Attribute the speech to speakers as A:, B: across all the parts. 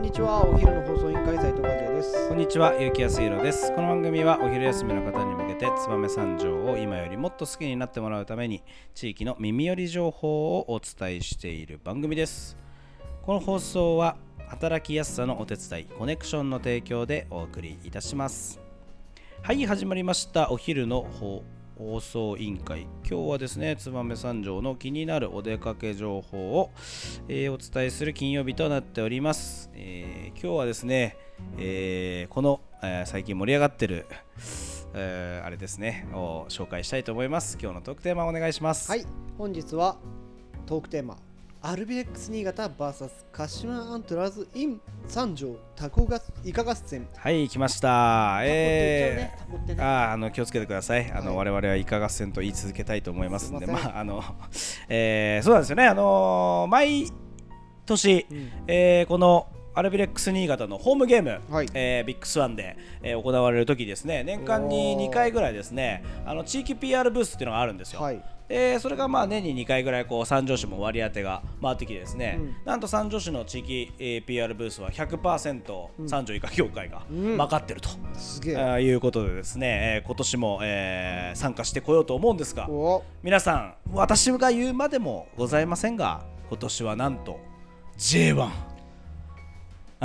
A: にちはお昼の放送委員会斉藤和也です
B: こんにちは、ゆうきやすいろです。この番組はお昼休みの方に向けて、燕三条を今よりもっと好きになってもらうために、地域の耳寄り情報をお伝えしている番組です。この放送は、働きやすさのお手伝い、コネクションの提供でお送りいたします。はい、始まりました。お昼の放放送委員会。今日はですね、燕三条の気になるお出かけ情報を、えーお伝えする金曜日となっております。えー今日はですね、えーこの、えー最近盛り上がってる、えーあれですね、を紹介したいと思います。今日のトークテーマお願いします。
A: はい本日はトークテーマ RBX 新潟 VS 鹿島アントラーズ in 三条タコがイカ合戦
B: はい、来ました。えー
A: タコって言っちゃうねタコってね
B: あーあの気をつけてください。あの、
A: はい
B: 我々はイカ合戦と言い続けたいと思いますんで、
A: すいません
B: ああの、 えーそうなんですよね。あのー毎年、
A: うん
B: えーこのアルビレックス新潟のホームゲーム、
A: はい
B: えービッグスワンで、えー行われる時ですね。年間に
A: おー
B: 2回ぐらいですね。あの地域 PR ブースっていうのがあるんですよ。
A: はい
B: でそれがまあ年に2回ぐらいこう三条市も割り当てが回ってきてですね、
A: うん
B: なんと三条市の地域、えー PR ブースは100%、
A: うん
B: 三条医科協会が
A: うん
B: まかってると、
A: すげえ
B: あーいうことでですね、えー今年も、えー参加してこようと思うんですが
A: お
B: 皆さん私が言うまでもございませんが今年はなんと J1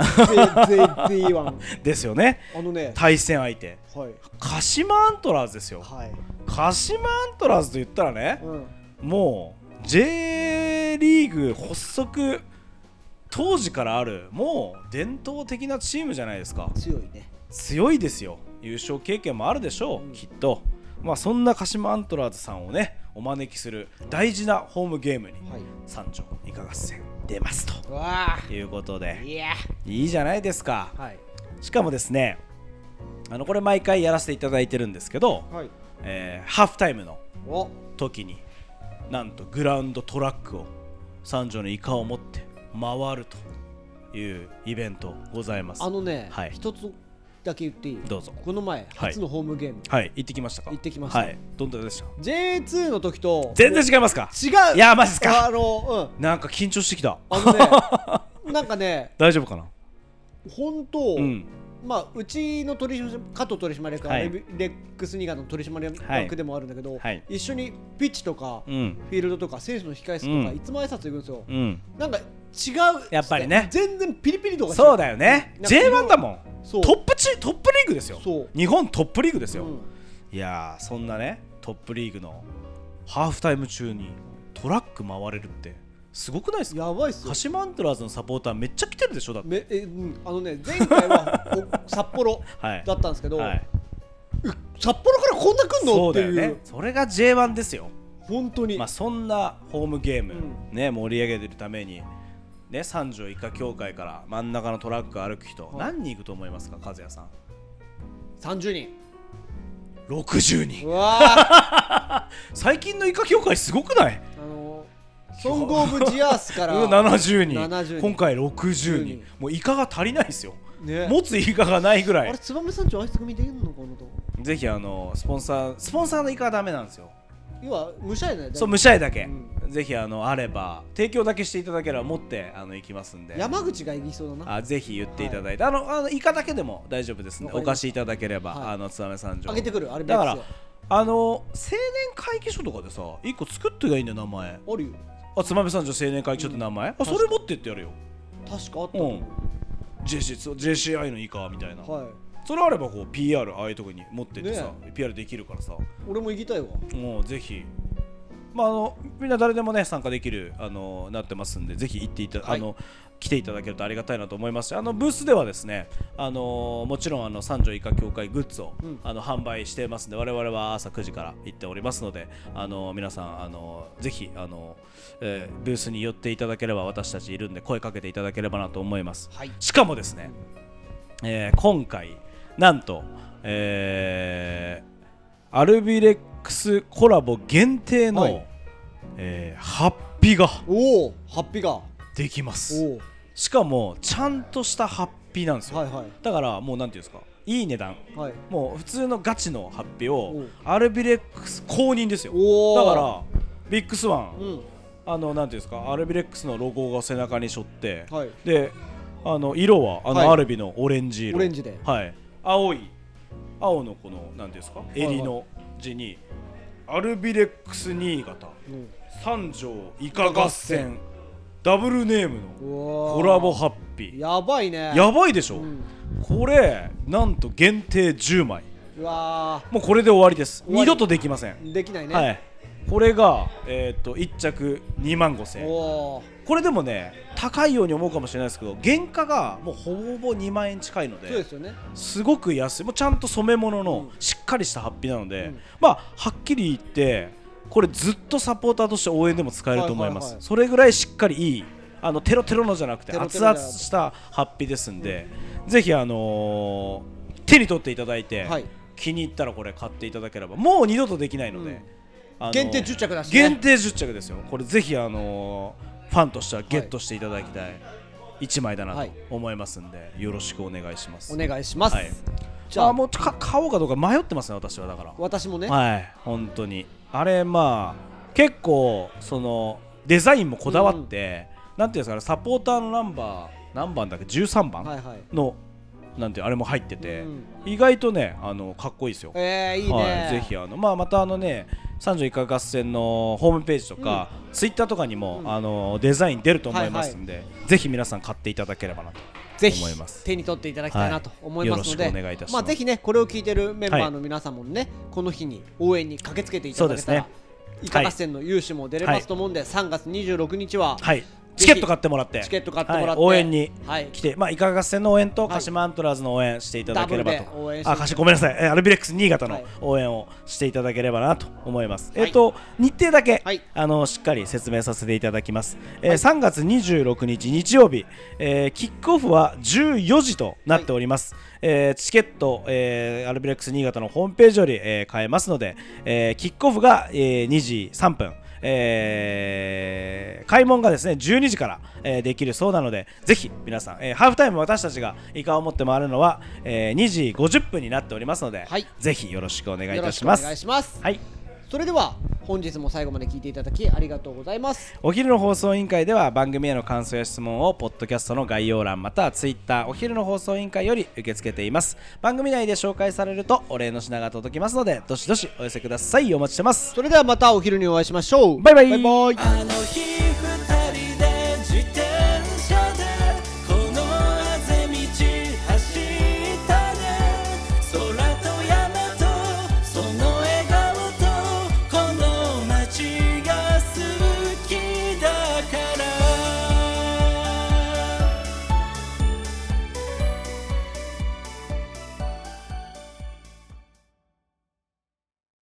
A: ZZ1
B: ですよね
A: あのね
B: 対戦相手
A: はい
B: 鹿島アントラーズですよ
A: はい
B: 鹿島アントラーズと言ったらね、
A: うん
B: もう J リーグ発足当時からあるもう伝統的なチームじゃないですか
A: 強いね
B: 強いですよ優勝経験もあるでしょう、
A: うん
B: きっとまあそんな鹿島アントラーズさんをねお招きする大事なホームゲームに
A: はい
B: 三条いか合戦出ますと
A: わ
B: いうこと
A: あ
B: で
A: いや
B: いいじゃないですか
A: はい
B: しかもですねあのこれ毎回やらせていただいてるんですけど、
A: はい
B: えーハーフタイムの
A: お
B: 時になんとグラウンドトラックを三条のイカを持って回るというイベントございます
A: あのね、
B: はい
A: 一つだけ言っていい
B: どうぞ
A: この前
B: はい
A: 初のホームゲーム、
B: はい行ってきましたか
A: 行ってきました
B: はいどんなでした
A: J2 の時と
B: 全然違いますか
A: 違う
B: いやマジっすか
A: あの
B: なんか緊張してきた
A: うんあの ねなんかね
B: 大丈夫かな
A: 本当、
B: うん
A: まあうちの取締加藤取締役は
B: はい
A: レビレックスニガの取締
B: はい
A: 役でもあるんだけど、
B: はい
A: 一緒にピッチとか、
B: うん
A: フィールドとか選手の控え室とか、
B: うん
A: いつも挨拶行くんですよ、
B: うん
A: なんか違う
B: やっぱりね
A: 全然ピリピリとか
B: そう
A: だ
B: だよね
A: なんかいろいろ
B: J1 だもん
A: そう
B: トップチトップリーグですよ
A: そう
B: 日本トップリーグですよ、
A: うん
B: いやーそんなねトップリーグのハーフタイム中にトラック回れるってすごくないですか
A: やばいっすよ
B: 鹿島アントラーズのサポーターめっちゃ来てるでしょだって
A: めえうんあのね前回はお 札幌
B: はい
A: だったんですけど、
B: はい、
A: 札幌からこんな来んの
B: そ
A: っ
B: う
A: て
B: だ
A: い
B: よ
A: う
B: ねそれが J1 ですよ、
A: 本当に、
B: まあ、そんなホームゲーム、
A: う
B: ね、盛り上げてるために、ね、三条以下協会から真ん中のトラック歩く人、
A: はい
B: 何人いくと思いますか和也さん
A: 30人
B: 60
A: う
B: 人
A: わー
B: 最近のイカ協会すごくない
A: あのソング・オブ・ジ・アースから
B: 70人
A: 70人
B: 今回60
A: 60
B: 人
A: 人
B: もうイカが足りないですよ
A: ね
B: 持つイカがないぐ
A: あ
B: ら
A: れ
B: い
A: 燕三条あいつ組できるのかなと
B: ぜひあのスポンサースポンサーのイカはダメなんですよ
A: 要は武者やね
B: そう、無社だけ、
A: う
B: ぜひあのあれば提供だけしていただければ持ってあの行きますんで
A: 山口がいきそうだな
B: あぜひ言っていただいて、あのあのイカだけでも大丈夫ですね
A: わかり
B: お
A: ました
B: 貸しいただければ、
A: はい
B: あの燕三条
A: あげてくるあれ
B: だから
A: 別です
B: あの青年会議所とかでさ一個作ってがいいんだよ名前
A: よあるよ
B: あ燕三条青年会議所って名前、あそれ持ってってやるよ
A: 確かあったと思う、
B: JC そう JCI のイカみたいな、
A: はい
B: それあればこう PR ああいうとこに持ってってさ、
A: ね
B: PR できるからさ
A: 俺も行きたいわ
B: もうぜひ、まあ、あのみんな誰でもね参加できるあのなってますんでぜひ行っていた、
A: はい
B: あの来ていただけるとありがたいなと思いますしあのブースではですねあのもちろんあの三条イカ協会グッズを、
A: うん
B: あの販売してますんで我々は朝9時から行っておりますのであの皆さんあのぜひあの、えーブースに寄っていただければ私たちいるんで声かけていただければなと思います。
A: はい
B: しかもですね、えー今回なんと、えーアルビレックスコラボ限定の、
A: はい
B: えーハッピが
A: おおハッピーがお
B: できます
A: お
B: しかもちゃんとしたハッピなんですよ、
A: はいは
B: だからもうなんていうんですかいい値段
A: いはい
B: もう普通のガチのハッピを
A: お
B: アルビレックス公認ですよ
A: お
B: だ
A: ー
B: からビッグスワン、
A: うん
B: あのなんていうんですかアルビレックスのロゴが背中に背負って、
A: はい
B: であの色はあの、
A: はい
B: アルビのオレンジ色
A: オレンジで
B: はい青い青のこの何ですか
A: いはい
B: 襟の字に、アルビレックス新潟
A: うん
B: 三条イカ合戦ダブルネームのコ
A: コ
B: ラボハッピ
A: やばいね
B: ーやばいでしょ、
A: うん
B: これなんと限定10枚
A: うわ
B: もうこれで終わりです
A: 終わ
B: 二
A: り
B: 度とできません、
A: ーできないね、
B: はいこれが、えー、と1着2万5千円
A: おー
B: これでもね高いように思うかもしれないですけど原価がもうほぼほぼ2万円近いの
A: そうで
B: です
A: よね
B: すごく安いもうちゃんと染め物の
A: う
B: しっかりしたハッピーなので、
A: うん
B: まあはっきり言ってこれずっとサポーターとして応援でも使えると思いま
A: はい
B: す、
A: はいはい
B: それぐらいしっかりいいあのテロテロのじゃなくて
A: テロテロ
B: 熱
A: じゃ
B: 々したハッピーですんで、ぜひあのー手に取っていただいて、
A: はい
B: 気に入ったらこれ買っていただければもう二度とできないので、
A: うん
B: あのー
A: 限定10着だしね
B: 限定10着ですよこれぜひあのーファンとしてはゲットしていただきたい1枚だな
A: は
B: と
A: い
B: 思いますんで、よろしくお願いします
A: お願いします、
B: はい
A: じゃあ
B: あもうか買おうかどうか迷ってますね私はだから
A: 私もね、
B: はい本当にあれまあ結構そのデザインもこだわって、なんていうんですかねサポーターのナンバー何番だっけ13番、
A: はいはい
B: のなんていうあれも入ってて、
A: うん
B: 意外とねあのかっこいいですよ
A: えー、いいね、
B: はい、ぜひあの、まあ、またあのね31回合戦のホームページとか、ツイッターとかにも、
A: うん
B: あのデザイン出ると思いますんで、ぜひ皆さん買っていただければなと
A: ぜひ
B: 思います
A: 手に取っていただきたいなと思いますので、
B: はいよろしくお願いいたします
A: あぜひねこれを聞いてるメンバーの皆さんもね、この日に応援に駆けつけていただけたら、
B: そう
A: イカ合戦の勇姿も出れますと思うんで、3月26日は
B: はい
A: ひ
B: チケット買ってもらって
A: チケット買ってもらって、
B: はい応援に
A: はい
B: 来て、まあ、イカ合戦の応援と
A: はい
B: 鹿島アントラーズの応援していただければ
A: ダブルで
B: と
A: 応援、して
B: あ鹿島ごめんなさいえアルビレックス新潟
A: は
B: の
A: い
B: 応援をしていただければなと思います、
A: はい
B: えっ、と日程だけ、
A: はい
B: あのしっかり説明させていただきます、えー
A: はい
B: 3月26日日曜日、えーキックオフは14時となっております、えーチケット、えーアルビレックス新潟のホームページより、えー買えますので、えーキックオフが、えー2時3分えー開門がですね12時から、えーできるそうなのでぜひ皆さん、えーハーフタイム私たちがイカを持って回るのは、えー2時50分になっておりますので、
A: はい
B: ぜひよろしくお願いい
A: よろ
B: た
A: し
B: し
A: くお
B: ます
A: 願いします、
B: はい
A: それでは本日も最後まで聞いていただきありがとうございます
B: お昼の放送委員会では番組への感想や質問をポッドキャストの概要欄またはツイッターお昼の放送委員会より受け付けています番組内で紹介されるとお礼の品が届きますのでどしどしお寄せくださいお待ちしてます
A: それではまたお昼にお会いしましょう
B: バイバイ
A: バイバイ
B: あの日